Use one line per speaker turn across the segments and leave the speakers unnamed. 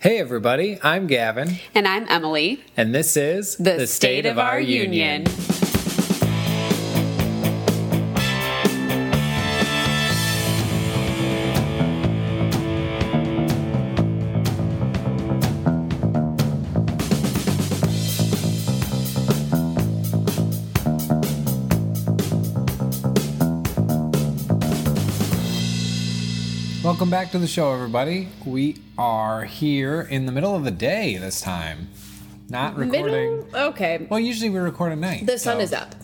Hey, everybody, I'm Gavin,
And I'm Emily,
and this is
the, state, of, our union.
Welcome back to the show, everybody. We are here in the middle of the day this time, not recording.
Middle? Okay.
Well, usually we record at night.
The sun
so
is up.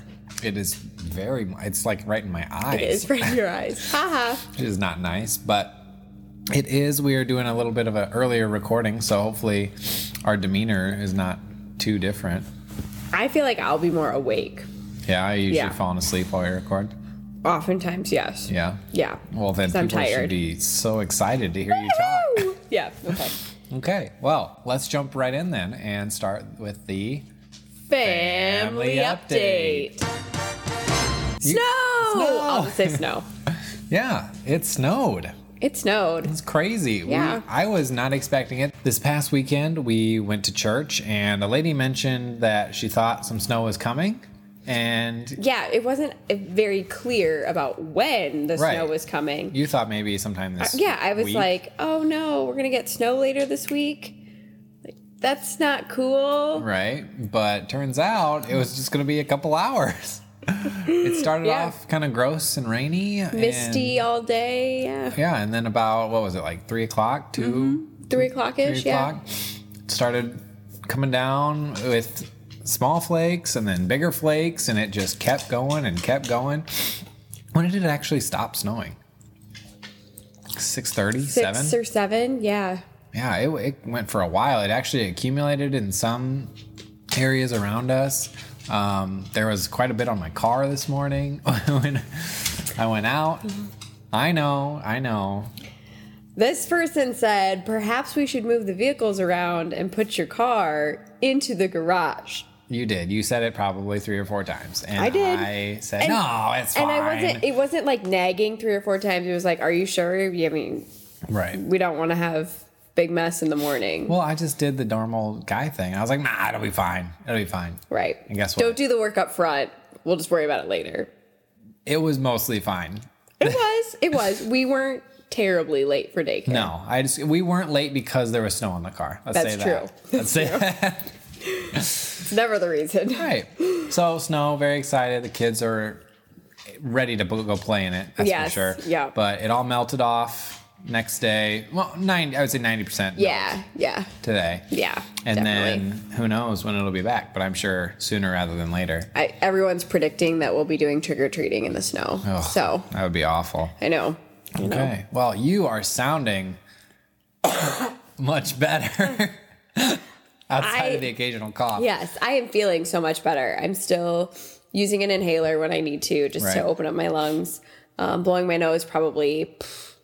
It is very. It's like right in my eyes.
It is right in your eyes. Haha.
which is not nice, but it is. We are doing a little bit of an earlier recording, so hopefully our demeanor is not too different.
I feel like I'll be more awake.
Yeah, I usually
Yeah.
fall asleep while we record.
Oftentimes, yes.
Yeah.
Yeah.
Well, then
'Cause
people
I'm
should
tired.
be so excited to hear you talk.
Yeah. Okay.
Okay, well, let's jump right in then and start with the. Family
Family
update.
update. Snow!
Snow!
I'll just say snow.
Yeah, it snowed.
It snowed.
It's crazy.
Yeah.
We, I was not expecting it. This past weekend, we went to church, and a lady mentioned that she thought some snow was coming. And
Yeah, it wasn't uh, very clear about when the
Right.
snow was coming.
you thought maybe sometime this.
Uh, yeah, I was
week.
like, oh no, we're going to get snow later this week. Like, That's not cool.
Right, but turns out it was just going to be a couple hours. it started
Yeah.
off kind of gross and rainy, and-
Misty all day. Yeah.
Yeah, and then about what was it like three o'clock, 2
Three o'clock
three
Mm-hmm. ish. Yeah.
o'clock? Started coming down with small flakes and then bigger flakes, and it just kept going and kept going. When did it actually stop snowing? 6.30,
Six
7?
or seven. Yeah.
yeah, it, it went for a while. It actually accumulated in some areas around us. Um, there was quite a bit on my car this morning when I went out.
Mm-hmm.
I know, I know.
This person said, perhaps we should move the vehicles around and put your car into the garage.
You did. You said it probably three or four times, and
I did.
I said
And-
no, it's fine.
And I wasn't it wasn't like nagging three or four times. It was like, Are you sure? I mean,
right.
we don't want to have big mess in the morning.
Well, I just did the normal guy thing. I was like, nah, it'll be fine. It'll be fine.
right.
And guess what?
Don't do the work up front. We'll just worry about it later.
It was mostly fine.
It was. It was. We weren't terribly late for daycare.
No, I just we weren't late because there was snow in the car. Let's
That's
say that.
true.
Let's say that.
It's never the reason.
Right. So snow, very excited. The kids are ready to bo- go play in it. That's for
Yes,
sure.
yeah.
But it all melted off next day. Well, nine. I would say ninety percent.
Yeah. Yeah.
Today.
Yeah.
And
definitely.
then who knows when it'll be back, but I'm sure sooner rather than later.
I, everyone's predicting that we'll be doing trick or treating in the snow.
Ugh,
So
that would be awful.
I know.
Okay. Well, you are sounding much better outside
I-
of the occasional cough.
Yes, I am feeling so much better. I'm still using an inhaler when I need to just
Right.
to open up my lungs. Um, blowing my nose probably pff,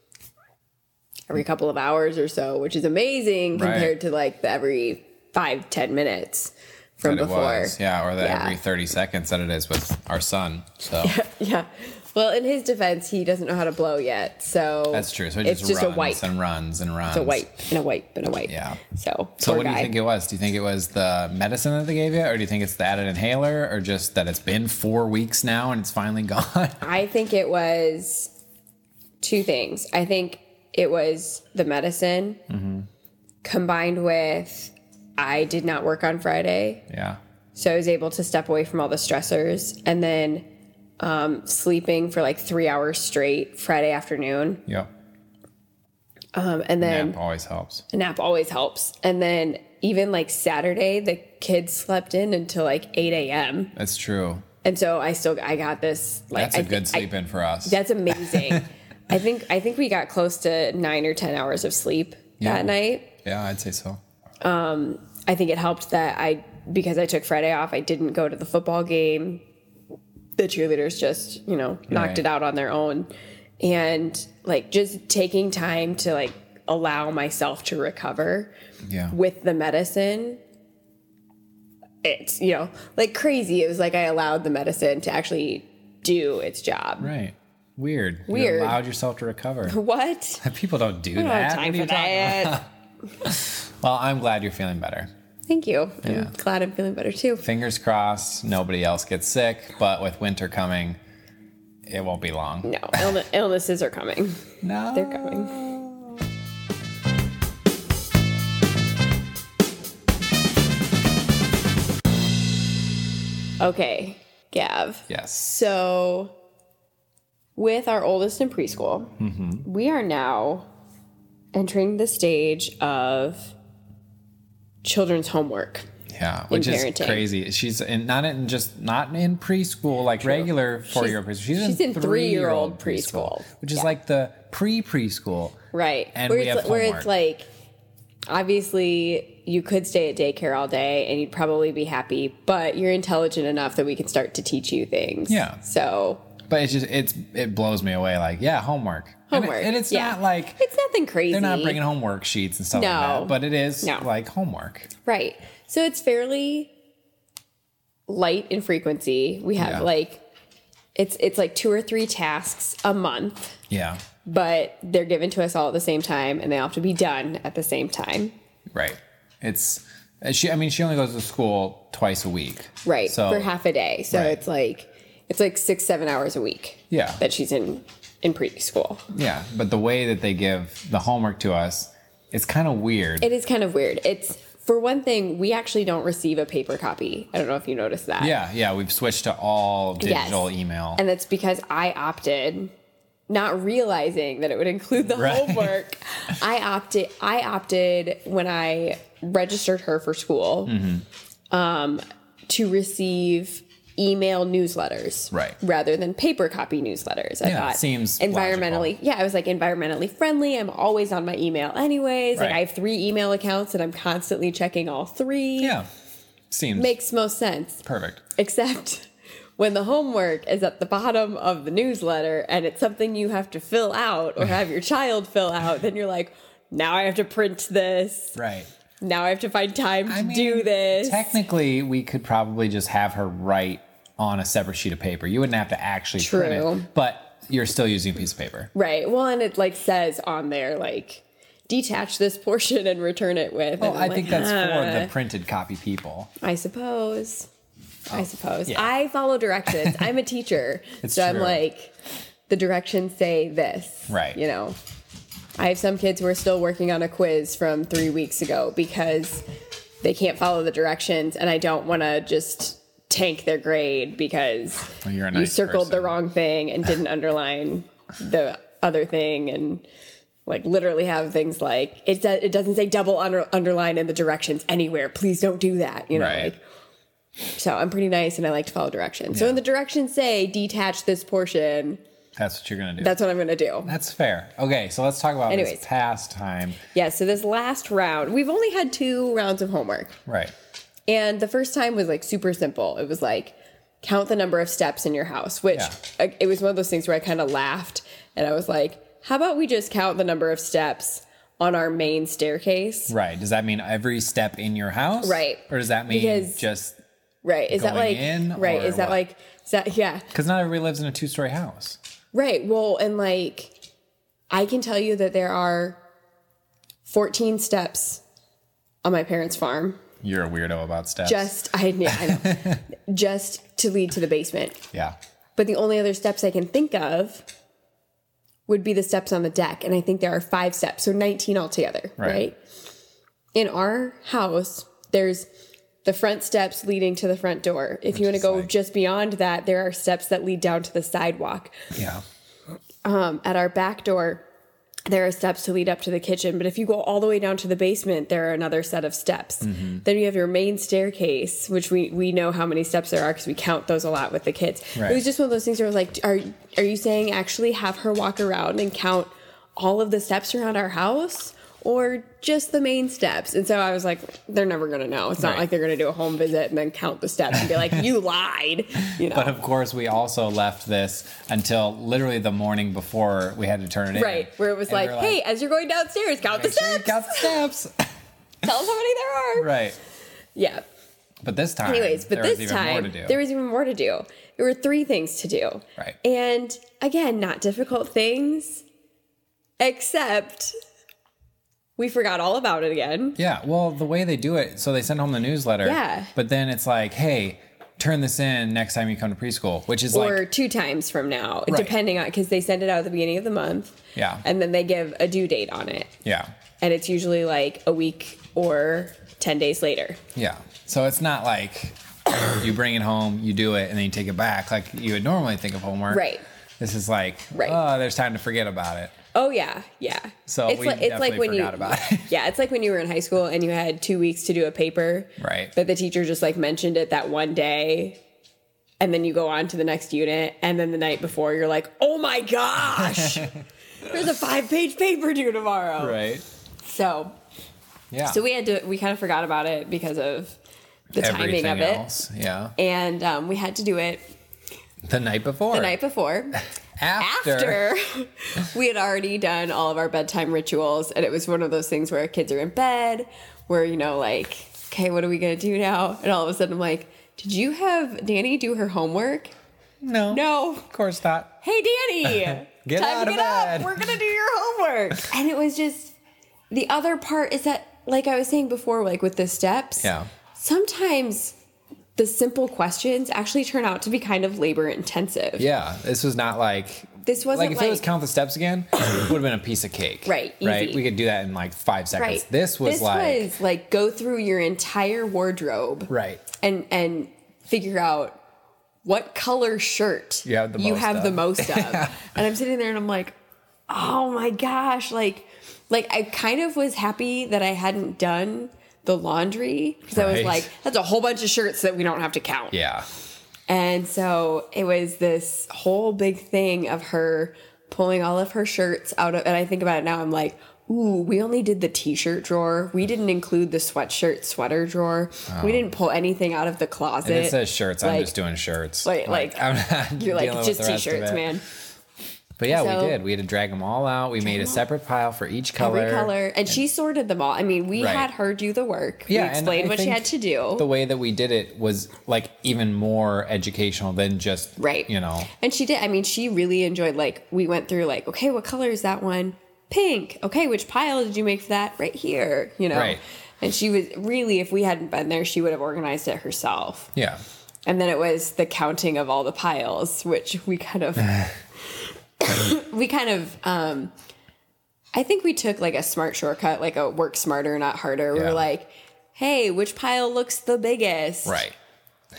every couple of hours or so, which is amazing
Right.
compared to like the every five ten minutes from
that it
before.
was. Yeah, or that
Yeah.
every 30 seconds that it is with our son. So
Yeah. Well, in his defense, he doesn't know how to blow yet, so
that's true. So it
it's
just,
just,
runs
a wipe,
and runs and runs.
a wipe, and a wipe, and a wipe.
Yeah.
So
So
poor
what do
guy.
you think it was? Do you think it was the medicine that they gave you, or do you think it's the added inhaler, or just that it's been four weeks now and it's finally gone?
I think it was two things. I think it was the medicine
Mm-hmm.
combined with I did not work on Friday,
yeah.
so I was able to step away from all the stressors, and then um, sleeping for like three hours straight Friday afternoon,
Yep.
um, and then
Nap always helps.
a nap always helps, and then even like Saturday, the kids slept in until like eight a.m.,
That's true.
and so I still I got this like
That's a
I thi-
good
I-
sleep in for us.
That's amazing. I think I think we got close to nine or ten hours of sleep
Yeah.
that night.
yeah, I'd say so.
I think it helped that I because I took Friday off, I didn't go to the football game. The cheerleaders just, you know, knocked
Right.
it out on their own. And like just taking time to like allow myself to recover
Yeah.
with the medicine. It's, you know, like crazy. It was like I allowed the medicine to actually do its job.
Right. Weird.
Weird.
You allowed yourself to recover.
What?
People don't do
I don't
that.
have
What
time
are you
for
talking about?
that.
Well, I'm glad you're feeling better.
Thank you. I'm glad I'm feeling better too.
Fingers crossed, nobody else gets sick, but with winter coming, it won't be long.
No, illne- illnesses are coming.
No.
They're coming. Okay, Gav.
Yes.
So, with our oldest in preschool, we are now entering the stage of children's homework.
Yeah, which is
parenting.
crazy. She's in, not in just not in preschool like regular four year old preschool. She's,
she's
in
in
three year old
three-year-old
preschool,
preschool.
which is like the pre preschool.
Right.
And
where,
we
it's,
have
li- where
homework.
it's like, obviously, you could stay at daycare all day and you'd probably be happy, but you're intelligent enough that we can start to teach you things.
Yeah.
So,
But it's just it's it blows me away. Like yeah, homework. And it-
homework.
and, it's
yeah.
not like
It's nothing crazy.
they're not bringing home worksheets and stuff
No.
like that. But it is
No.
like homework.
Right. So it's fairly light in frequency. We have
Yeah.
like it's it's like two or three tasks a month,
Yeah,
but they're given to us all at the same time and they all have to be done at the same time.
right. It's and she. I mean, she only goes to school twice a week.
Right.
So
for half a day. So
Right.
it's like it's like six, seven hours a week.
Yeah.
That she's in in preschool.
yeah, but the way that they give the homework to us, it's kind of weird.
It is kind of weird. It's for one thing, we actually don't receive a paper copy. I don't know if you noticed that.
yeah, yeah. We've switched to all digital email.
And that's because I opted, not realizing that it would include the
Right.
homework. I opted I opted when I registered her for school um,
Mm-hmm.
to receive email newsletters
Right.
rather than paper copy newsletters. I
Yeah,
thought
seems
environmentally yeah, I was like environmentally friendly. I'm always on my email anyways. Like
Right.
I have three email accounts and I'm constantly checking all three.
Yeah. Seems
Makes most sense
perfect.
except when the homework is at the bottom of the newsletter and it's something you have to fill out or have your child fill out, then you're like, now I have to print this.
Right.
Now I have to find time to do this.
Technically, we could probably just have her write on a separate sheet of paper. You wouldn't have to actually print
True.
it, but you're still using a piece of paper.
right. Well, and it like says on there, like, detach this portion and return it with.
Well,
and
Oh, I
I'm
think
like,
that's for
"Ah."
the printed copy people.
I suppose. I suppose.
Oh, yeah.
I follow directions. I'm a teacher.
It's
so I'm
true.
like, the directions say this.
Right.
You know, I have some kids who are still working on a quiz from three weeks ago because they can't follow the directions, and I don't want to just tank their grade because
Well, you're a
you
nice
circled the
person.
wrong thing and didn't underline the other thing and like literally have things like it, do- it doesn't say double under- underline in the directions anywhere please don't do that you know
Right.
like so i'm pretty nice and i like to follow directions so when the directions say detach this portion
That's what you're gonna do. That's,
that's what i'm gonna do
fair. Okay, so let's talk about
Anyways.
this past time.
yeah so this last round we've only had two rounds of homework
Right.
And the first time was like super simple. It was like count the number of steps in your house, which
Yeah.
like, it was one of those things where I kind of laughed and I was like, how about we just count the number of steps on our main staircase?
Right. Does that mean every step in your house?
Right.
Or does that mean
Because-
just
Right. Is that
Going
like
in
right?
or
Is that
what?
like is that yeah?
because not everybody lives in a two story house.
Right. Well, and like I can tell you that there are 14 steps on my parents' farm.
You're a weirdo about steps.
Just I, yeah, I know. just to lead to the basement.
yeah.
But the only other steps I can think of would be the steps on the deck. And I think there are five steps, so 19 altogether,
Right.
right? In our house, there's the front steps leading to the front door. If you want to
is
go
like-
just beyond that, there are steps that lead down to the sidewalk.
Yeah.
Um, at our back door, there are steps to lead up to the kitchen. But if you go all the way down to the basement, there are another set of steps.
Mm-hmm.
Then you have your main staircase, which we, we know how many steps there are because we count those a lot with the kids.
Right.
It was just one of those things where I was like, are, are you saying actually have her walk around and count all of the steps around our house? Or just the main steps. And so I was like, they're never gonna know. It's not
Right.
like they're gonna do a home visit and then count the steps and be like, you lied. You know.
But of course, we also left this until literally the morning before we had to turn it in.
Right, where it was
And
like,
we're
hey, as you're going downstairs, count the
make sure you
steps.
count the steps.
Tell us how many there are.
right.
Yeah.
But this time,
Anyways,
there
but
was
this
even more to
time
do.
there was even more to do. There were three things to do.
Right.
And again, not difficult things, except we forgot all about it again.
Yeah, well, the way they do it, so they send home the newsletter.
Yeah.
But then it's like, hey, turn this in next time you come to preschool, which is
or
like,
two times from now,
Right.
depending on because they send it out at the beginning of the month.
Yeah.
And then they give a due date on it.
yeah,
And it's usually like a week or 10 days later.
yeah. So it's not like you bring it home, you do it, and then you take it back like you would normally think of homework.
Right.
This is like,
Right.
oh, there's time to forget about it.
Oh yeah, yeah.
So we definitely forgot
you,
about it.
Yeah, it's like when you were in high school and you had two weeks to do a paper.
Right.
But the teacher just like mentioned it that one day, and then you go on to the next unit, and then the night before you're like, oh my gosh, there's a five page paper due tomorrow.
Right.
So
Yeah.
so we had to we kind of forgot about it because of the
Everything
timing of
else. Yeah.
it, and um, we had to do it
The night before.
the night before.
after.
after we had already done all of our bedtime rituals and it was one of those things where our kids are in bed where you know like okay what are we gonna do now and all of a sudden i'm like did you have danny do her homework
No.
no
Of course not.
hey danny
Get
time
out
to
of
get
bed."
up we're gonna do your homework and it was just the other part is that like i was saying before like with the steps
Yeah.
sometimes the simple questions actually turn out to be kind of labor intensive
Yeah. This was not like.
This wasn't
like if it was
like-
count the steps again, it would have been a piece of cake.
Right,
Right.
easy.
We could do that in like five seconds. This was like.
was like go through your entire wardrobe,
Right.
and and figure out what color shirt
You have the most
have the
of.
most of. And I'm sitting there and I'm like, oh my gosh, like, like I kind of was happy that I hadn't done the laundry because I was
Right.
like, that's a whole bunch of shirts that we don't have to count.
Yeah.
And so it was this whole big thing of her pulling all of her shirts out of, and I think about it now, I'm like, ooh, we only did the t shirt drawer. We didn't include the sweatshirt sweater drawer. We didn't pull anything out of the closet.
Oh. It says shirts. I'm
Like-
just doing shirts.
Like, like,
I'm not
you're
dealing
like,
with
just
the
t
rest of
shirts,
it.
man.
But yeah,
So-
we did. We had to drag them all out. We made a
them all.
separate pile for each color.
Every color. And, she sorted them all. I mean, we
Right.
had her do the work. we
and
explained
I
what she
think
had to do.
The way that we did it was like even more educational than just
Right.
You know,
And she did. I mean, she really enjoyed, like, we went through, like, okay, what color is that one? Pink. Okay, which pile did you make for that? Right here, you know?
Right.
And she was really, if we hadn't been there, she would have organized it herself.
yeah,
And then it was the counting of all the piles, which we kind of, we kind of, um, I think we took like a smart shortcut, like a work smarter, not harder. We
Yeah.
were like, hey, which pile looks the biggest?
right.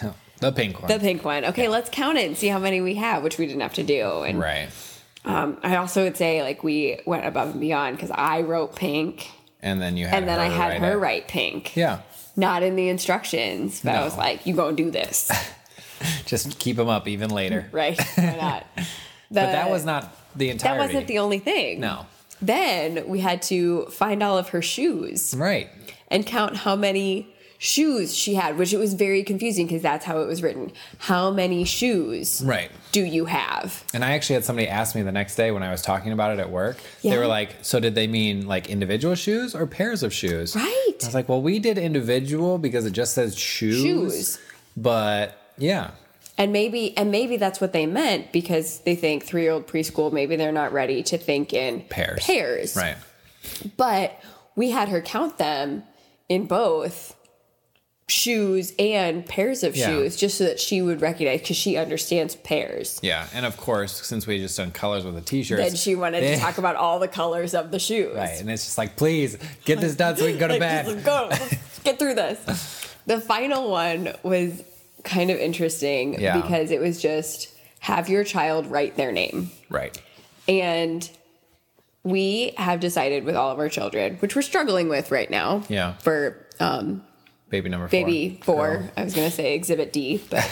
The pink one,
The pink one. Okay, let's count it and see how many we have, which we didn't have to do. And
right?
um, I also would say like we went above and beyond because I wrote pink
And then you had
and then I had
write
her
it.
write pink.
Yeah,
Not in the instructions, but I was
No.
like, you gonna do this.
just keep them up even later.
right. Why not?
But that was not the
that
entirety.
wasn't the only thing.
no.
Then we had to find all of her shoes
Right.
and count how many shoes she had, which it was very confusing because that's how it was written. How many shoes
Right.
do you have?
And I actually had somebody ask me the next day when I was talking about it at work. They
Yeah.
were like, "So did they mean like individual shoes or pairs of shoes?"
Right.
I was like, "Well, we did individual because it just says shoes."
Shoes.
But yeah,
and maybe and maybe that's what they meant because they think three-year-old preschool maybe they're not ready to think in
pairs.
pairs
Right.
but we had her count them in both shoes and pairs of
Yeah.
shoes just so that she would recognize because she understands pairs
Yeah, and of course, since we just done colors with the t-shirts,
then she wanted to talk about all the colors of the shoes
Right, and it's just like, please get this done so we can go to
Like,
bed.
just go. Let's get through this. The final one was kind of interesting
Yeah.
because it was just have your child write their name.
Right.
And we have decided with all of our children, which we're struggling with right now.
Yeah.
For um,
Baby number four.
baby four,
Girl.
I was going to say exhibit D, but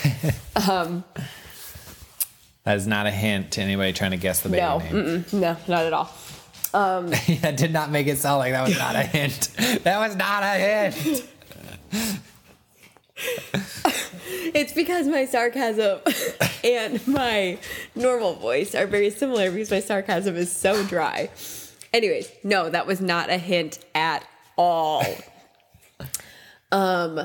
That is not a hint to anybody trying to guess the baby
no, Mm.
name.
mm-mm, no, not at all.
that did not make it sound like that was not a hint. That was not a hint.
It's because my sarcasm and my normal voice are very similar because my sarcasm is so dry. Anyways, no, that was not a hint at all. um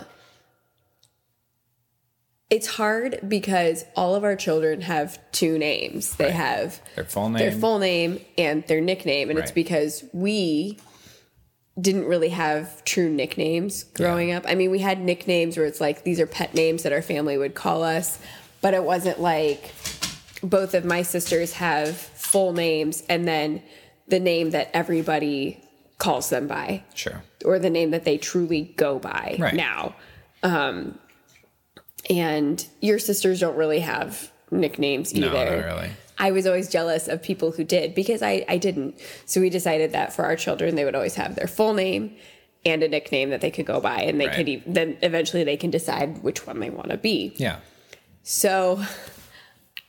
it's hard because all of our children have two names. They
Right.
have
Their full
their
name.
full name and their nickname and it's
Right.
because we didn't really have true nicknames growing up. I mean, we had nicknames where it's like these are pet names that our family would call us, but it wasn't like both of my sisters have full names and then the name that everybody calls them by
Sure.
or the name that they truly go by
Right.
now. Um, and your sisters don't really have nicknames either.
No, not really.
I was always jealous of people who did because I, I didn't. So we decided that for our children, they would always have their full name and a nickname that they could go by, and they
Right.
could e- then eventually they can decide which one they want to be.
Yeah.
So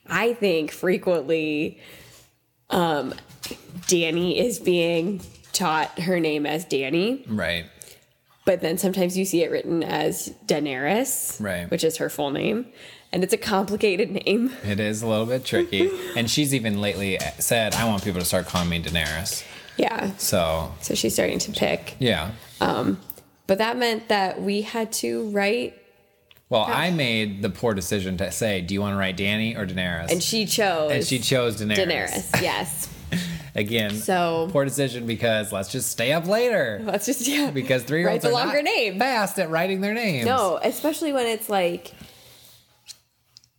I think frequently um, Danny is being taught her name as Danny,
Right.
but then sometimes you see it written as Daenerys,
Right.
which is her full name. And it's a complicated name.
It is a little bit tricky. and she's even lately said, I want people to start calling me Daenerys.
Yeah.
So,
So she's starting to pick.
yeah.
But that meant that we had to write,
Well, I made the poor decision to say, do you want to write Danny or Daenerys?
and she chose
And she chose Daenerys.
Daenerys. Yes.
Again,
So-
poor decision because let's just stay up later.
Let's just yeah.
Because three year
write
olds
the
are
longer
not
name.
fast at writing their names.
No, especially when it's like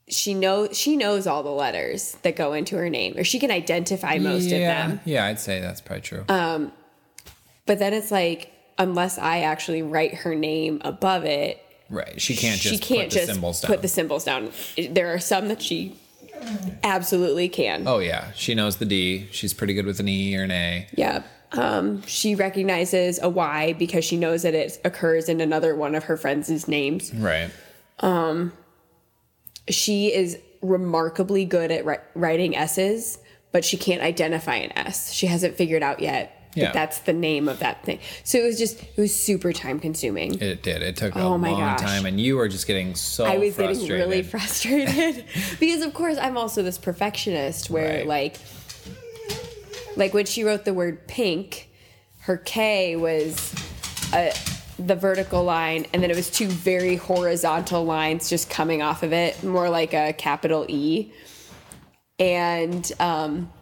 she knows she knows all the letters that go into her name, or she can identify most
yeah,
of them. Uh,
Yeah, I'd say that's probably true.
But then it's like unless I actually write her name above it,
right. She can't just
she can't
put
just
the symbols down.
put the symbols down. There are some that she absolutely can.
oh, yeah. She knows the D. She's pretty good with an E or an A.
Yeah. Um, she recognizes a Y because she knows that it occurs in another one of her friends' names.
Right.
she is remarkably good at ri- writing S's, but she can't identify an S. She hasn't figured out yet
Yeah.
that that's the name of that thing. So it was just, it was super time consuming.
It did. It took a
Oh my
long
gosh.
time, and you were just getting so
I was
frustrated.
getting really frustrated because, of course, I'm also this perfectionist where,
Right.
like, like when she wrote the word pink, her K was a, the vertical line, and then it was two very horizontal lines just coming off of it, more like a capital E. And um,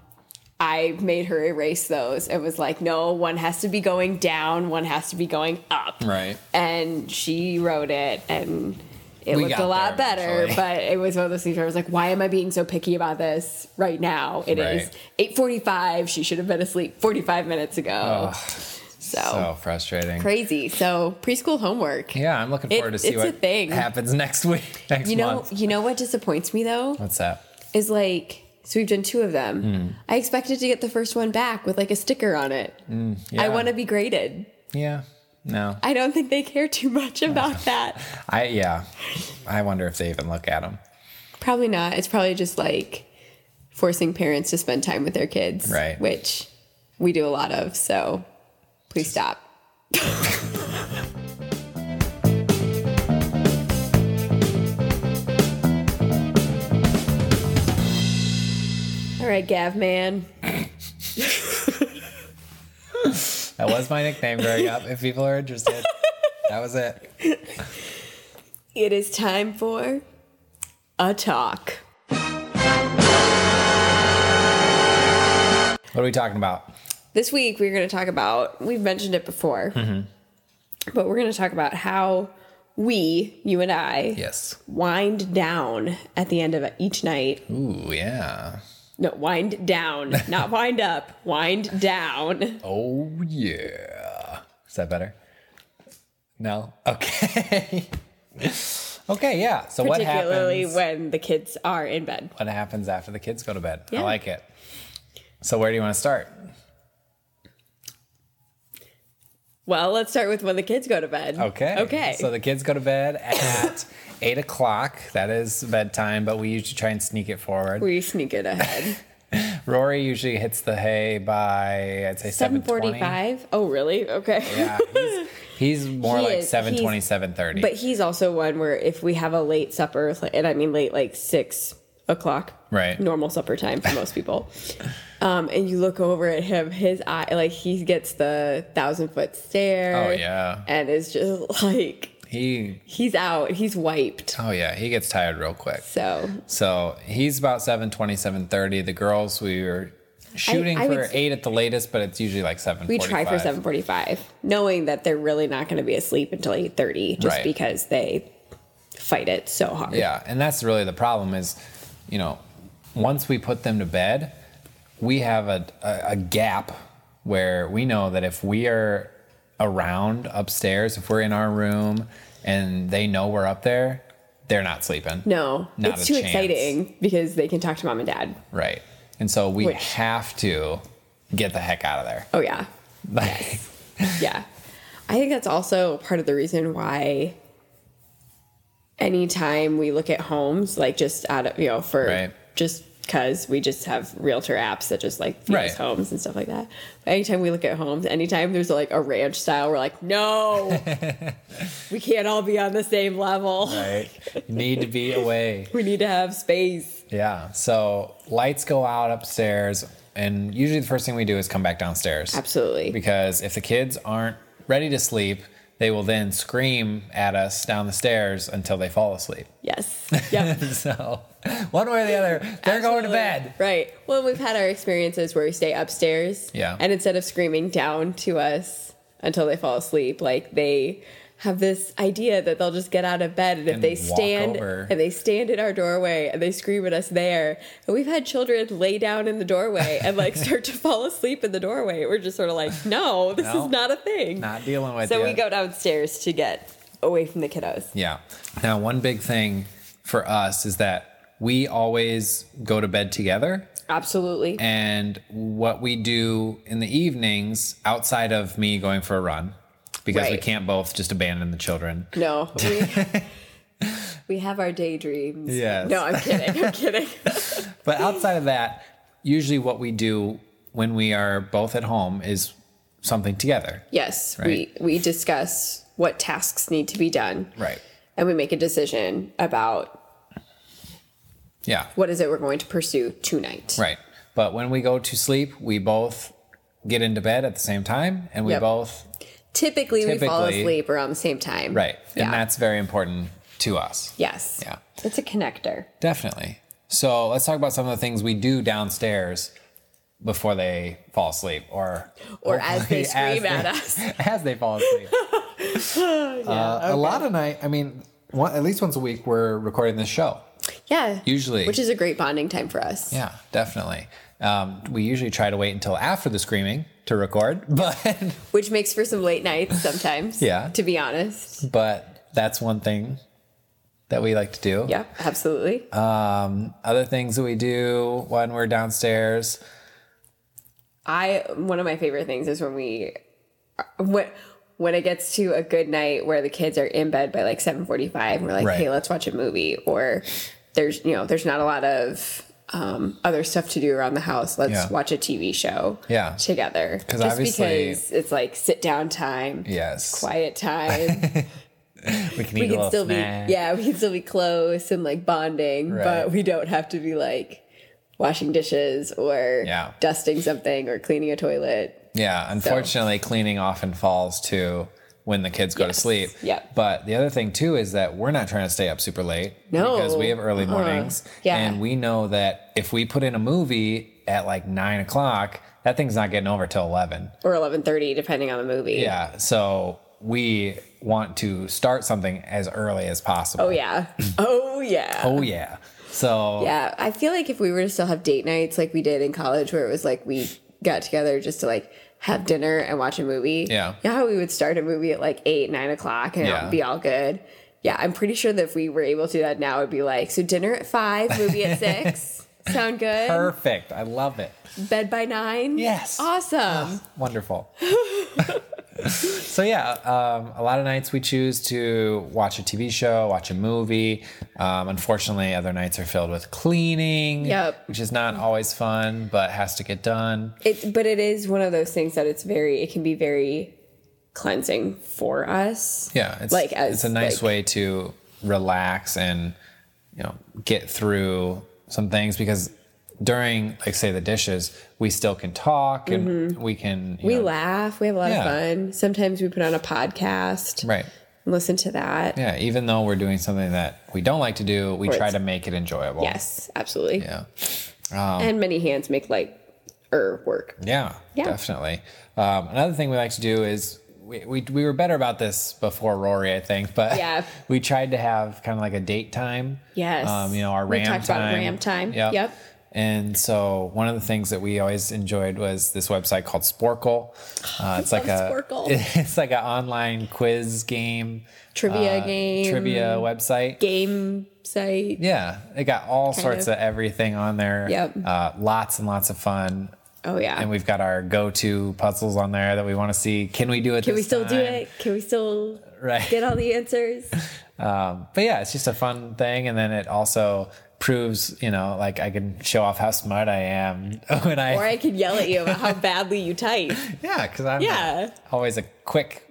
I made her erase those. It was like, no, one has to be going down, one has to be going up
right.
and she wrote it and it
We
looked
got
a lot
there
better
eventually.
but it was one of those things where i was like why am i being so picky about this right now It is
Right.
8.45 she should have been asleep 45 minutes ago
Oh,
so,
So frustrating.
crazy so preschool homework
Yeah, I'm looking
It-
forward to see
it's
what
a thing.
happens next week, next
you know
month.
you know what disappoints me though
What's that?
is like so we've done two of them
Hmm.
i expected to get the first one back with like a sticker on it
Yeah.
i want to be graded
Yeah. No.
i don't think they care too much about that
I yeah. I wonder if they even look at them.
Probably not. It's probably just like forcing parents to spend time with their kids,
Right.
Which we do a lot of. So please stop. All right, Gav man.
That was my nickname growing up. If people are interested, that was it.
It is time for a talk.
What are we talking about?
This week we're going to talk about, we've mentioned it before, but we're going to talk about how we, you and I,
Yes.
wind down at the end of each night.
Ooh yeah.
No, wind down, not wind up, wind down.
Oh yeah. Is that better? No. Okay. okay. Yeah. So what
particularly
happens?
when the kids are in bed.
what happens after the kids go to bed.
Yeah.
I like it. So where do you want to start?
Well, let's start with when the kids go to bed.
Okay.
Okay.
So the kids go to bed at eight o'clock. That is bedtime, but we usually try and sneak it forward.
we sneak it ahead.
Rory usually hits the hay by I'd say seven 45.
7:45. Oh, really? Okay.
Yeah, he's, he's more
He
like
is-
720,
he's-
730.
But he's also one where if we have a late supper, and I mean late, like six o'clock,
Right.
normal supper time for most people, um, and you look over at him, his eye, like he gets the thousand foot stare.
Oh, yeah.
and it's just like
he,
he's out, he's wiped.
oh yeah, he gets tired real quick.
So
So he's about 720, 730. The girls, we were shooting
I
for
would-
eight at the latest, but it's usually like seven.
We try for 7:45, knowing that they're really not going to be asleep until 8:30 just
Right.
because they fight it so hard.
Yeah, and that's really the problem is, you know, once we put them to bed, we have a, a, a gap where we know that if we are around upstairs, if we're in our room and they know we're up there, they're not sleeping.
No,
Not
it's
a
too
chance.
exciting because they can talk to mom and dad.
Right. And so we
Which-
have to get the heck out of there.
Oh yeah.
Like,
yeah. I think that's also part of the reason why anytime we look at homes, like just out of, you know, for
Right.
just because we just have realtor apps that just like feed
Right.
us homes and stuff like that. But anytime we look at homes, anytime there's like a ranch style, we're like, no, we can't all be on the same level.
right. Need to be away.
We need to have space.
Yeah. So lights go out upstairs, and usually the first thing we do is come back downstairs.
Absolutely.
Because if the kids aren't ready to sleep, they will then scream at us down the stairs until they fall asleep.
Yes. Yep.
So, one way or the other, they're going to bed.
Right. Well, we've had our experiences where we stay upstairs.
Yeah.
And instead of screaming down to us until they fall asleep, like they have this idea that they'll just get out of bed and if
And
they
walk
stand
over.
and they stand in our doorway and they scream at us there. And we've had children lay down in the doorway and like start to fall asleep in the doorway. We're just sort of like, no, this
No.
is not a thing.
Not dealing with
so
it.
we go downstairs to get away from the kiddos.
Yeah. Now, one big thing for us is that we always go to bed together.
Absolutely.
and what we do in the evenings outside of me going for a run because we
Right.
can't both just abandon the children.
No. We, we have our daydreams.
Yes.
No, I'm kidding. I'm kidding.
But outside of that, usually what we do when we are both at home is something together.
yes.
Right.
We we discuss what tasks need to be done.
Right.
And we make a decision about
Yeah.
what is it we're going to pursue tonight.
Right. But when we go to sleep, we both get into bed at the same time and we
Yep.
both
Typically, we fall
Typically.
asleep around the same time.
right.
Yeah.
And that's very important to us.
yes.
Yeah.
It's a connector.
Definitely. So let's talk about some of the things we do downstairs before they fall asleep or
Or as they
hopefully
scream at us.
as they fall asleep. Uh, A lot of night, I mean, one, at least once a week, we're recording this show.
Yeah.
Usually.
Which is a great bonding time for us.
Yeah, definitely. Um, we usually try to wait until after the screaming to record, but
Which makes for some late nights sometimes.
Yeah.
To be honest.
but that's one thing that we like to do. Um,
Yeah. Absolutely.
Other things that we do when we're downstairs.
I one of my favorite things is when we when when it gets to a good night where the kids are in bed by like 7:45 and we're like
Right.
hey let's watch a movie or there's you know there's not a lot of um, other stuff to do around the house let's
Yeah.
watch a TV show
Yeah.
together
'Cause
Just
obviously-
because it's like sit down time
Yes.
quiet time
We can eat
we
a
can
little
still
snack.
be yeah we can still be close and like bonding
Right.
but we don't have to be like washing dishes or
Yeah.
dusting something or cleaning a toilet
Yeah, unfortunately, cleaning often falls to when the kids go to
Yes,
sleep.
yep.
But the other thing too is that we're not trying to stay up super late.
No. Uh-huh.
Because we have early mornings.
yeah.
And we know that if we put in a movie at like nine o'clock, that thing's not getting over till eleven.
or 11:30 depending on the movie.
Yeah. So we want to start something as early as possible.
Oh yeah. Oh yeah.
Oh yeah. So
Yeah, I feel like if we were to still have date nights like we did in college where it was like we got together just to like have dinner and watch a movie.
Yeah.
Yeah, we would start a movie at like eight, nine o'clock and it
Yeah.
would be all good. Yeah, I'm pretty sure that if we were able to do that now, it'd be like, so dinner at five, movie at six. Sound good?
perfect. I love it.
Bed by nine?
Yes.
Awesome.
Wonderful. so yeah, um, a lot of nights we choose to watch a TV show, watch a movie. Um, unfortunately, other nights are filled with cleaning,
Yep.
which is not always fun, but has to get done.
It, but it is one of those things that it's very, it can be very cleansing for us.
Yeah, it's
Like, as,
it's a nice
like-
way to relax and you know get through some things because during like say the dishes, we still can talk and we can you
Mm-hmm. We
know,
laugh. We have a lot
Yeah.
of fun. Sometimes we put on a podcast
right.
and listen to that.
Yeah, even though we're doing something that we don't like to do, we
Or
try
it's-
to make it enjoyable.
Yes, absolutely.
Yeah.
And many hands make light or work.
Yeah,
Yeah.
definitely. Um, another thing we like to do is we, we, we were better about this before Rory, I think, but
Yeah.
we tried to have kind of like a date time.
Yes.
Um, you know, our
We
RAM
talked about
time.
RAM time.
Yep.
Yep.
And so one of the things that we always enjoyed was this website called Sporkle. Uh, it's like
love
a
Sporkle.
it's like an online quiz game,
Trivia
uh,
game,
trivia website.
game site.
Yeah, they got all sorts
of.
of. everything on there.
Yep.
Uh, lots and lots of fun.
Oh yeah.
And we've got our go-to puzzles on there that we want to see. Can we do it?
Can we
this
still do
time?
it? Can we still
Right.
get all the answers?
Um, but yeah, it's just a fun thing, and then it also proves, you know, like I can show off how smart I am when I,
Or I could yell at you about how badly you type.
yeah, because I'm
Yeah.
always a quick,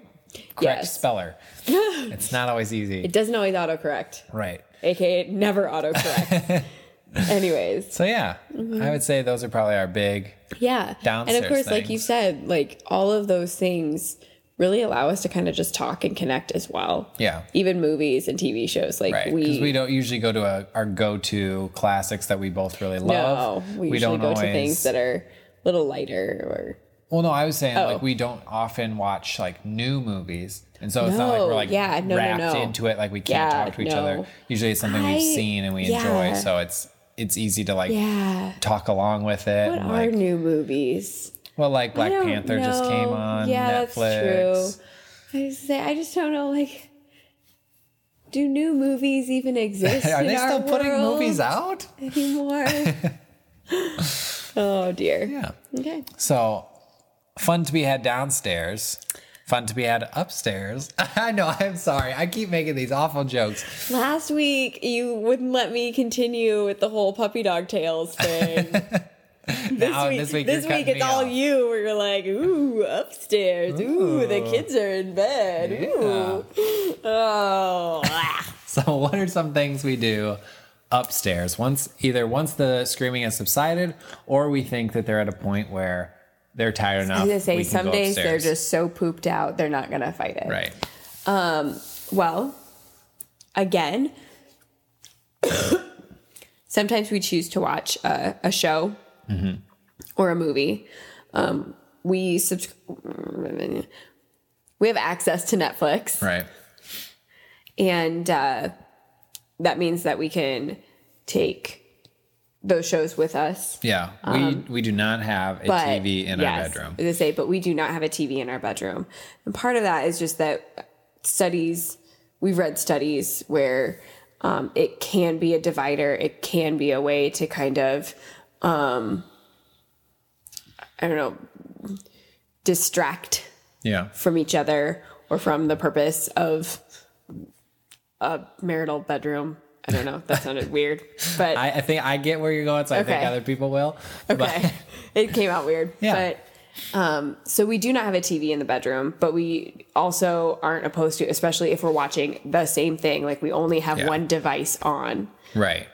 correct
Yes.
speller. it's not always easy,
It doesn't always autocorrect,
right?
aka it never autocorrects. Anyways,
So yeah,
Mm-hmm.
I would say those are probably our big
yeah. and
Downstairs
of course, like you
things.
said, like all of those things really allow us to kind of just talk and connect as well.
Yeah.
Even movies and TV shows, like
Right, because
we,
we, don't usually go to a, our go-to classics that we both really
no,
love.
we usually go to things that are a little lighter or
Well, no, I was saying
Oh.
like we don't often watch like new movies, and so it's not like
No,
we're like
yeah, no, no,
wrapped
no.
into it. Like we can't
Yeah,
talk to each
no.
other. Usually, it's something
I-
we've seen and we
yeah.
enjoy, so it's it's easy to like
yeah.
talk along with it.
What
and,
are
like,
new movies?
well, like Black
I don't
Panther just came
know.
on
Yeah,
Netflix.
that's true. I just say I just don't know. Like, do new movies even exist?
Are
in
they
our
still putting
world
movies out?
anymore? oh dear.
Yeah.
Okay.
So fun to be had downstairs. Fun to be had upstairs. I know. I'm sorry. I keep making these awful jokes.
Last week you wouldn't let me continue with the whole puppy dog tails thing. this
Now,
week,
this week, you're cutting
it's
me
all
off.
you. Where you're like, ooh, upstairs. Ooh, the kids are in bed. Ooh. Oh. ah.
So, what are some things we do upstairs once either once the screaming has subsided, or we think that they're at a point where they're tired enough?
I was gonna say
Ah, we can
some
go
days they're
upstairs.
just so pooped out they're not gonna fight it.
right.
Well, again, sometimes we choose to watch a, a show or a movie. Um, we subscribe. We have access to Netflix,
Right.
and uh, that means that we can take those shows with us.
Yeah.
Um,
we we do not have a TV in our bedroom.
They say, but we do not have a TV in our bedroom. And part of that is just that studies, we've read studies where um, it can be a divider, it can be a way to kind of, um, I don't know, distract
Yeah.
from each other or from the purpose of a marital bedroom. I don't know. That sounded weird, but
I, I think I get where you're going, so I think
Okay.
other people will.
Okay. it came out weird.
Yeah.
But um, so we do not have a TV in the bedroom, but we also aren't opposed to, especially if we're watching the same thing. Like we only have
Yeah.
one device on.
But, right.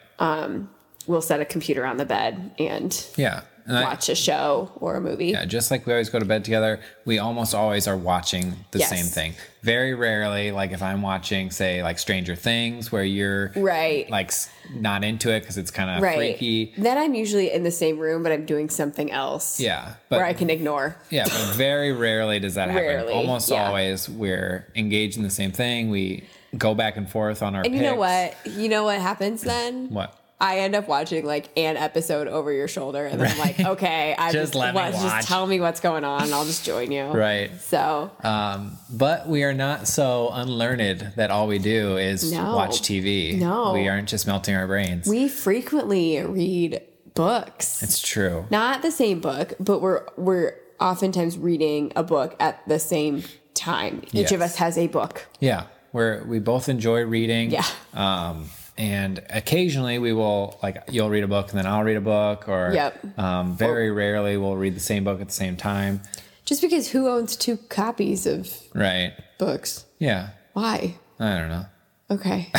We'll set a computer on the bed and
Yeah. And I-
watch a show or a movie.
Yeah, just like we always go to bed together, we almost always are watching the
Yes.
same thing. Very rarely, like if I'm watching, say, like Stranger Things, where you're
Right.
like s- not into it because it's kind of
right.
freaky.
Then I'm usually in the same room, but I'm doing something else.
Yeah, but
Where I can ignore.
yeah, but very rarely does that happen.
Rarely,
Almost
yeah.
always, we're engaged in the same thing. We go back and forth on our.
And you know
picks.
what? You know what happens then?
What?
I end up watching like an episode over your shoulder, and then I'm like, okay, I
Just
just,
let me
wa-
watch.
just tell me what's going on, and I'll just join you.
Right.
So
Um, but we are not so unlearned that all we do is
No.
watch TV.
No.
we aren't just melting our brains.
we frequently read books,
it's true.
not the same book, but we're we're oftentimes reading a book at the same time. Each of
Yes.
us has a book.
Yeah, where we both enjoy reading.
Yeah.
Um, and occasionally we will like you'll read a book and then I'll read a book, or
Yep.
um, very rarely we'll read the same book at the same time.
Just because who owns two copies of
Right.
books?
Yeah.
Why?
I don't know.
Okay.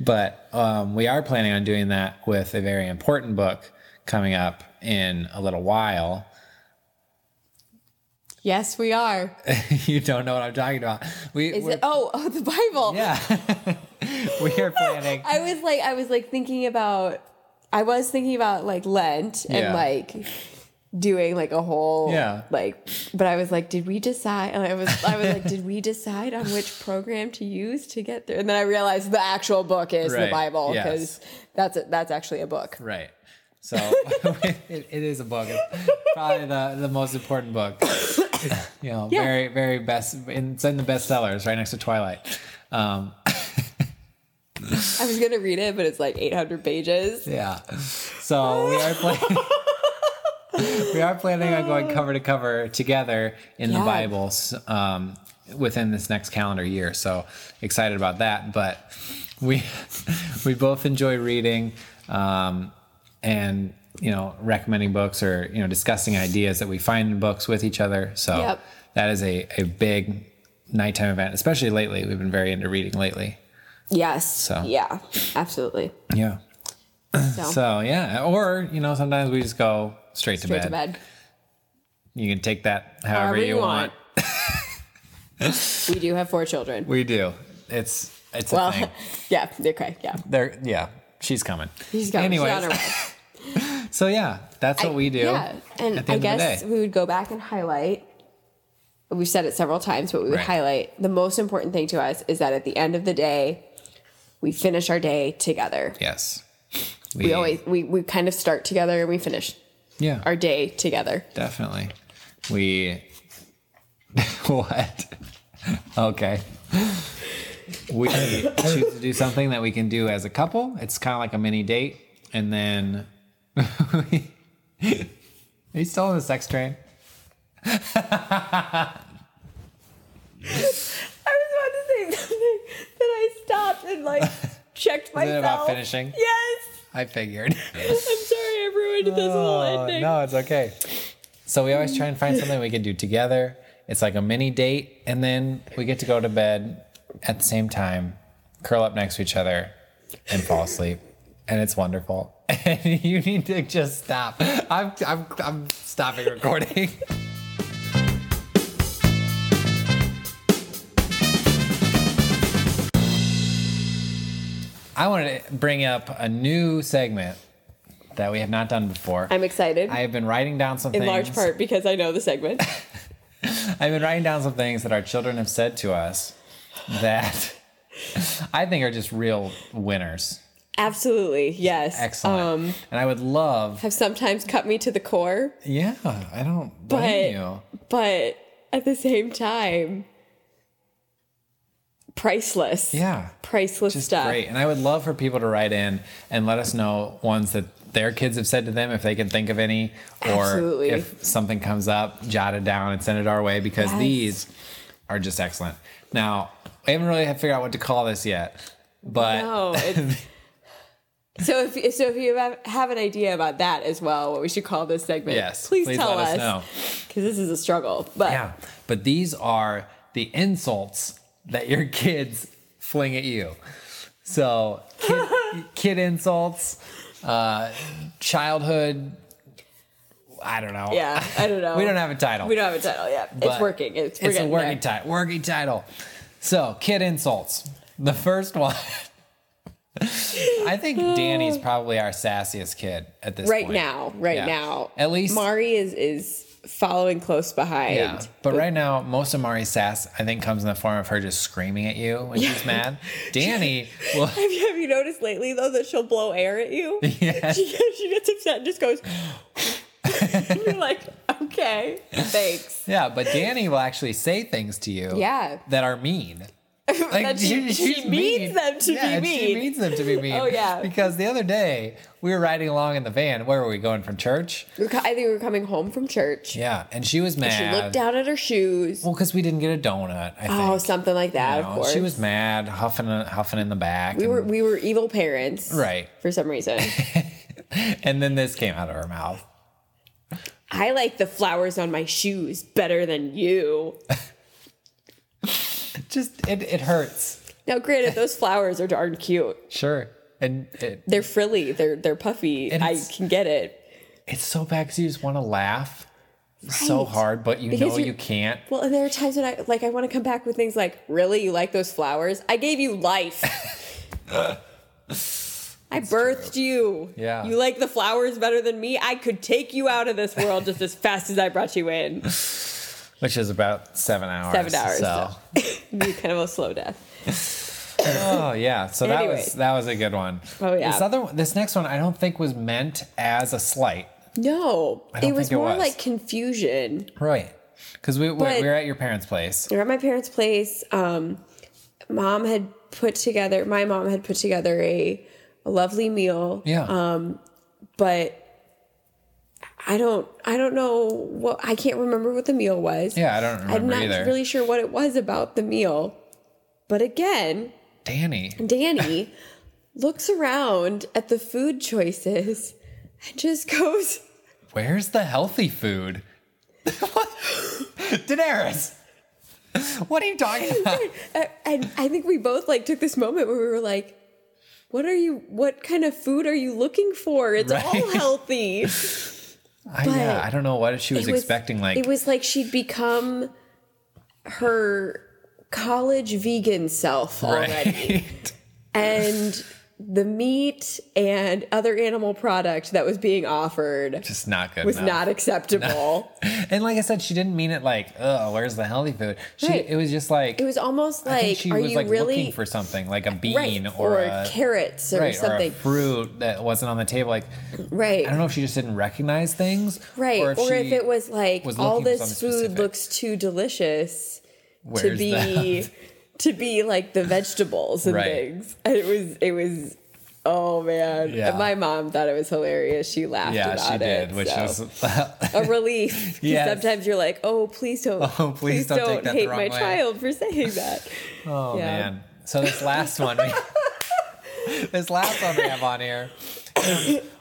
But um, we are planning on doing that with a very important book coming up in a little while.
yes, we are.
you don't know what I'm talking about. We
Is
we're,
it? Oh, oh, the Bible.
yeah. we are planning.
I was like, I was like thinking about, I was thinking about like Lent
Yeah.
and like doing like a whole
Yeah.
like but I was like, did we decide and I was I was like, did we decide on which program to use to get there? And then I realized the actual book is
Right,
the Bible
yes.
because that's a, that's actually a book.
Right. So it, it is a book. It's probably the, the most important book. You know,
Yeah.
very, very best. and It's in the bestsellers right next to Twilight. Um,
I was gonna read it, but it's like eight hundred pages.
yeah. So we are planning. we are planning on going cover to cover together in the
Yeah.
Bibles um, within this next calendar year. So excited about that. But we we both enjoy reading um, and you know recommending books or you know discussing ideas that we find in books with each other. So
Yep.
that is a, a big nighttime event, especially lately. We've been very into reading lately.
Yes.
So.
Yeah, absolutely.
Yeah.
So,
So yeah, or you know, sometimes we just go straight,
straight to bed.
You can take that
However
however you, want.
we do have four children.
We do. It's it's a
well,
thing.
yeah, okay, yeah.
There, yeah, she's coming.
She's got she's
Anyways,
on her way.
so yeah, that's what we do.
Yeah, and
at the
I
end of
guess
the day.
we would go back and highlight. We've said it several times, but we would
Right.
highlight the most important thing to us is that at the end of the day, we finish our day together.
yes,
We always we, we kind of start together and we finish
yeah
our day together.
definitely we what okay. We choose to do something that we can do as a couple. It's kind of like a mini date, and then are you still on the sex train?
I was about to say something that I stopped and like checked myself.
Isn't it about myself. finishing?
Yes.
I figured.
I'm sorry I ruined this whole
Oh,
ending.
No, it's okay. So we always try and find something we can do together. It's like a mini date, and then we get to go to bed at the same time, curl up next to each other, and fall asleep. And it's wonderful. And you need to just stop. I'm, I'm, I'm stopping recording. I wanted to bring up a new segment that we have not done before.
I'm excited.
I have been writing down some
in
things.
large part because I know the segment.
I've been writing down some things that our children have said to us that I think are just real winners.
Absolutely, yes. Um,
Excellent. and I would love.
have sometimes cut me to the core,
Yeah, I don't blame
but
you.
but at the same time, priceless.
Yeah.
priceless
Just
stuff.
great. And I would love for people to write in and let us know ones that their kids have said to them if they can think of any or
Absolutely.
if something comes up, jot it down and send it our way because
Yes.
these are just excellent. Now, I haven't really figured out what to call this yet, but
No, it's, so if so if you have, have an idea about that as well, what we should call this segment?
yes,
please, tell
let us
us
know.
because this is a struggle. But
Yeah, but these are the insults that your kids fling at you. So, kid, kid insults, uh, childhood. I don't know.
yeah, I don't know.
We don't have a title.
we don't have a title yet.
but
it's working. It's, we're
it's a
getting
working
there.
title. Working title. So, kid insults. The first one. I think Danny's probably our sassiest kid at this
right
point.
now. Right
Yeah.
now,
At least
Mari is is following close behind.
Yeah, but right now, most of Mari's sass, I think, comes in the form of her just screaming at you when she's mad. Danny will,
Have you, have you noticed lately though that she'll blow air at you?
Yes.
She, she gets upset and just goes. And you're like, okay, thanks.
yeah, but Danny will actually say things to you,
Yeah.
that are mean. Like
That she- she
she's
means them to be
Yeah, She
mean.
means them to be mean.
Oh, yeah.
Because the other day we were riding along in the van. Where were we going from church?
We're co- I think we were coming home from church.
Yeah, and she was mad.
She looked down at her shoes.
Well, because we didn't get a donut. I think.
Oh, something like that.
You
of
know,
course,
She was mad, huffing, and- huffing in the back.
We were
and-
we were evil parents,
Right.
For some reason,
and then this came out of her mouth.
I like the flowers on my shoes better than you.
Just it, it hurts.
Now, granted, those flowers are darn cute.
Sure. And it,
They're frilly. They're they're puffy.
And
I
it's-
can get it.
it's so bad because you just want to laugh so
Right.
hard, but you
Because
know
you're-
you can't.
Well, and there are times when I like I want to come back with things like, "Really, you like those flowers? I gave you life." I birthed you.
Yeah.
You like the flowers better than me. I could take you out of this world just as fast as I brought you in.
which is about seven hours.
Seven hours.
So,
you kind of a slow death.
oh yeah. So that
Anyway.
was that was a good one.
Oh, yeah.
This other one, this next one, I don't think was meant as a slight.
No,
don't
it was
think it
more
was.
like confusion.
Right. Because we, we,
But-
we were at your parents' place.
We We're at my parents' place. Um, mom had put together, my mom had put together a, a lovely meal.
Yeah.
Um, but I don't I don't know what I can't remember what the meal was.
yeah, I don't remember
I'm not
either.
really sure what it was about the meal. But again,
Danny.
Danny looks around at the food choices and just goes,
Where's the healthy food? what? Daenerys! What are you talking about?
a- and I think we both like took this moment where we were like, what are you what kind of food are you looking for? It's all
Right.
healthy.
I, yeah, I don't know what she was,
It was-
expecting. Like,
it was like she'd become her college vegan self already
right?
and the meat and other animal product that was being offered
Just not good.
was
enough.
not acceptable
And like I said, she didn't mean it like, oh, where's the healthy food? She,
Right.
It was just like,
it was almost
I think
like
she
are
was
you
like
really
looking for something, like a bean
right,
or,
or
a,
carrots or
right,
something
or a fruit that wasn't on the table. Like,
right
I don't know if she just didn't recognize things.
right or if,
she-
it was like
was
all
looking for
this
something
food
specific.
looks too delicious to
Where's
be
the-
to be like the vegetables and
Right.
things and it was it was oh man
Yeah.
my mom thought it was hilarious she laughed
yeah,
about
she did,
it
which
so.
was
a relief. 'Cause
Yes.
Sometimes you're like, oh, please don't,
Oh, please don't take that the
hate
wrong
my
way."
child for saying that.
Oh
Yeah.
man. So this last one we this last one we have on here.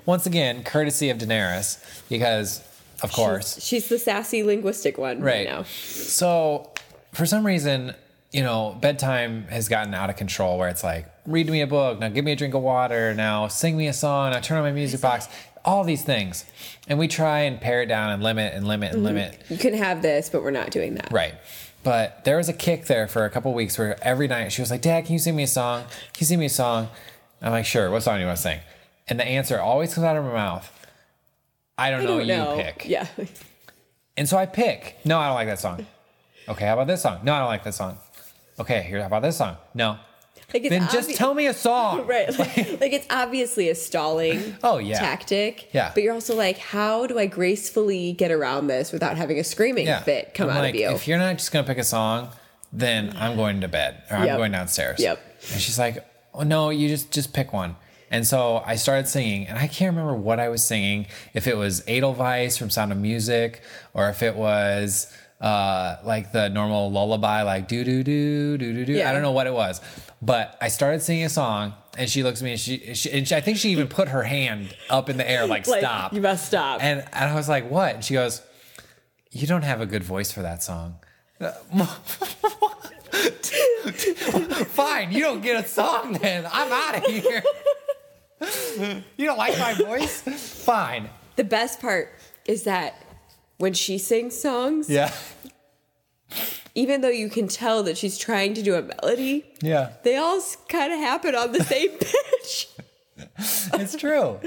Once again, courtesy of Daenerys, because of course.
She's the sassy linguistic one right,
Right.
now.
So for some reason, you know, bedtime has gotten out of control where it's like, read me a book, now give me a drink of water, now sing me a song, now turn on my music box, all these things. And we try and pare it down and limit and limit and limit.
You can have this, but we're not doing that.
Right. But there was a kick there for a couple weeks where every night she was like, Dad, can you sing me a song? Can you sing me a song? I'm like, sure, what song do you want to sing? And the answer always comes out of her mouth. I don't,
I
know,
don't know.
Oh, you pick.
Yeah.
And so I pick. No, I don't like that song. Okay, how about this song? No, I don't like that song. Okay, here, how about this song? No.
Like it's
Then just
obvi-
tell me a song.
Right. Like, like it's obviously a stalling
Oh yeah.
tactic.
Yeah.
But you're also like, how do I gracefully get around this without having a screaming
Yeah.
fit come
I'm
out
like,
of you?
If you're not just gonna pick a song, then I'm going to bed or I'm
Yep.
going downstairs.
Yep.
And she's like, "Oh no, you just just pick one." And so I started singing, and I can't remember what I was singing. If it was Edelweiss from Sound of Music, or if it was uh, like the normal lullaby, like do do do do do do. I
Yeah.
don't know what it was, but I started singing a song, and she looks at me, and she, she and she, I think she even put her hand up in the air, like,
like,
stop.
You must stop.
And, and I was like, what? And she goes, you don't have a good voice for that song. Fine, you don't get a song then. I'm out of here. You don't like my voice? Fine.
the best part is that when she sings songs,
Yeah.
even though you can tell that she's trying to do a melody,
Yeah.
they all kind of happen on the same pitch.
It's true.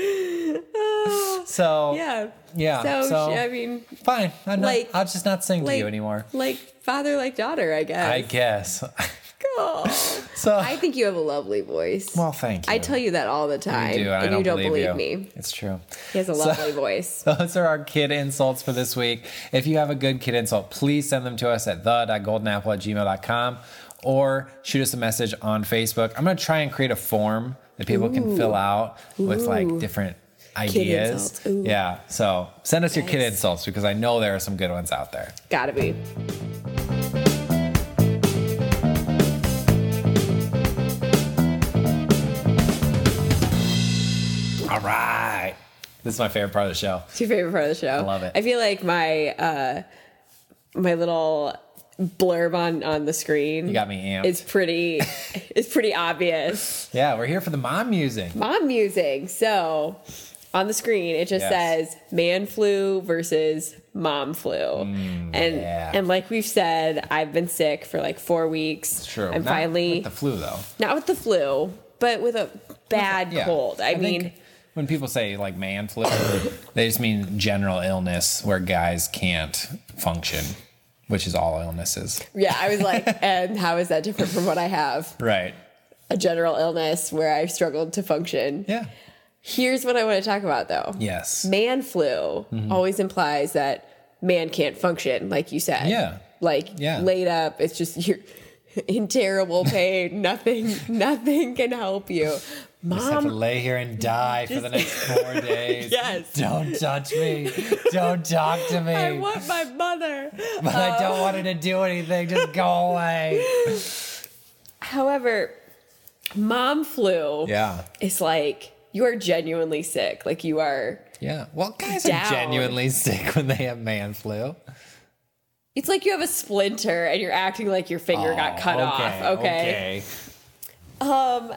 So,
yeah.
Yeah,
So,
so-
she- I mean,
fine. I'm
Like-
not, I'll just not sing
like
to you anymore.
Like father, like daughter, I guess.
I guess.
Cool.
So,
I think you have a lovely voice.
well, thank you.
I tell you that all the time,
do, and, I
and
don't
you don't believe,
you.
me.
It's true.
He has a
So-
lovely voice.
Those are our kid insults for this week. If you have a good kid insult, please send them to us at the.goldenapple at gmail.com or shoot us a message on Facebook. I'm going to try and create a form that people can fill out with like different ideas.
insults. Ooh.
Yeah. So send us your kid
Nice.
insults because I know there are some good ones out there.
Gotta be.
All right. This is my favorite part of the show.
It's your favorite part of the show. I
love it.
I feel like my uh my little blurb on on the screen
You got me amped.
is pretty is pretty obvious.
yeah, we're here for the mom music.
mom music. So on the screen, it just
Yes.
says man flu versus mom flu. and
Mm, yeah.
and like we've said, I've been sick for like four weeks.
True.
I'm
Not
finally
with the flu though.
not with the flu, but with a bad
Yeah.
cold. I,
think
mean,
when people say like man flu, they just mean general illness where guys can't function, which is all illnesses.
yeah, I was like, and how is that different from what I have?
Right.
A general illness where I've struggled to function.
Yeah.
Here's what I want to talk about though.
Yes.
Man flu
Mm-hmm.
always implies that man can't function, like you said.
Yeah.
Like
Yeah.
laid up, it's just you're in terrible pain. nothing, nothing can help you.
Just have to
Mom,
lay here and die for the next four days.
Um, Yes.
Don't touch me. Don't talk to me.
I want oh. my mother.
but I don't want her to do anything. Just go away.
However, mom flu
Yeah.
is like you are genuinely sick. Like you are.
Yeah. Well, guys
Down.
are genuinely sick when they have man flu.
It's like you have a splinter and you're acting like your finger got cut
Oh,
off. okay. Um,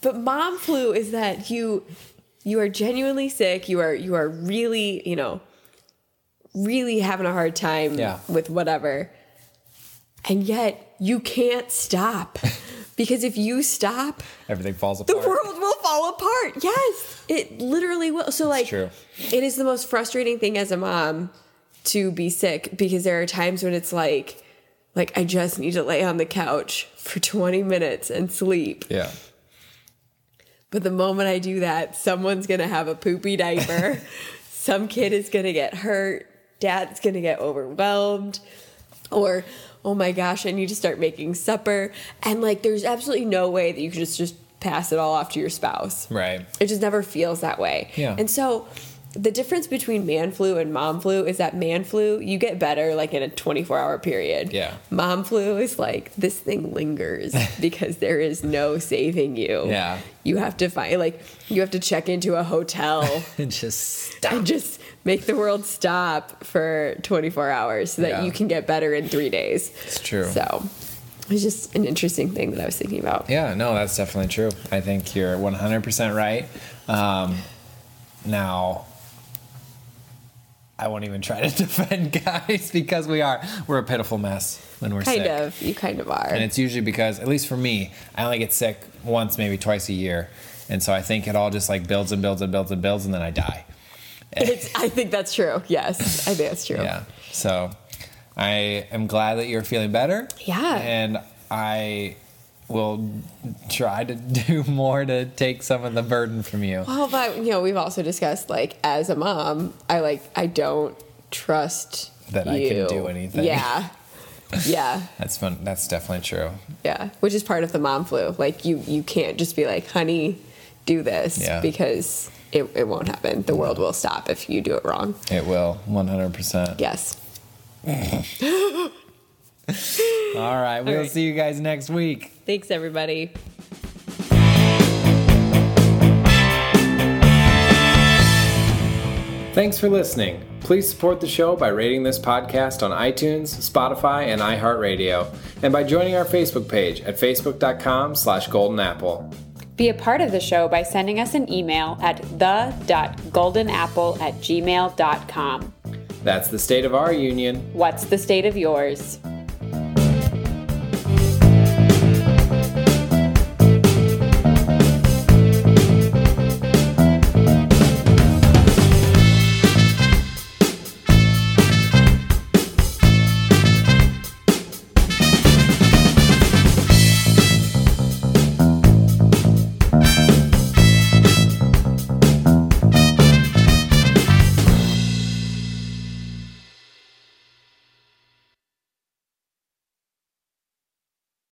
but mom flu is that you you are genuinely sick. You are you are really you know really having a hard time
Yeah.
with whatever, and yet you can't stop because if you stop,
Everything falls
the
apart.
world will fall apart. Yes, it literally will. So like,
true.
it is the most frustrating thing as a mom to be sick because there are times when it's like, like I just need to lay on the couch for 20 minutes and sleep.
Yeah.
But the moment I do that, someone's gonna have a poopy diaper. Some kid is gonna get hurt. Dad's gonna get overwhelmed. Or, oh my gosh, I need to start making supper. And like, there's absolutely no way that you can just just pass it all off to your spouse.
Right.
It just never feels that way.
Yeah.
And so. The difference between man flu and mom flu is that man flu, you get better like in a 24 hour period.
Yeah.
Mom flu is like this thing lingers because there is no saving you.
Yeah.
You have to find like you have to check into a hotel
And just
and just make the world stop for 24 hours so that
Yeah.
you can get better in 3 days.
It's true.
So, it's just an interesting thing that I was thinking about.
Yeah, no, that's definitely true. I think you're 100% right. Um, now, I won't even try to defend guys because we are. We're a pitiful mess when we're
Kind
sick.
of, you kind of are.
And it's usually because, at least for me, I only get sick once, maybe twice a year. And so I think it all just like builds and builds and builds and builds, and then I die.
It's- I think that's true. Yes, I think that's true.
Yeah. So I am glad that you're feeling better.
Yeah.
And I will try to do more to take some of the burden from you.
Well, but you know, we've also discussed like as a mom, I like I don't trust
That I can
you.
do anything.
Yeah, yeah,
That's fun. That's definitely true.
yeah. Which is part of the mom flu. Like you, you can't just be like, "Honey, do this,"
Yeah.
because it, it won't happen. The world will stop if you do it wrong.
It will 100%.
Yes.
All right. We'll
right.
see you guys next week.
Thanks, everybody.
Thanks for listening. Please support the show by rating this podcast on iTunes, Spotify, and iHeartRadio, and by joining our Facebook page at facebook.com slash goldenapple.
Be a part of the show by sending us an email at the.goldenapple at gmail.com.
That's the state of our union.
What's the state of yours?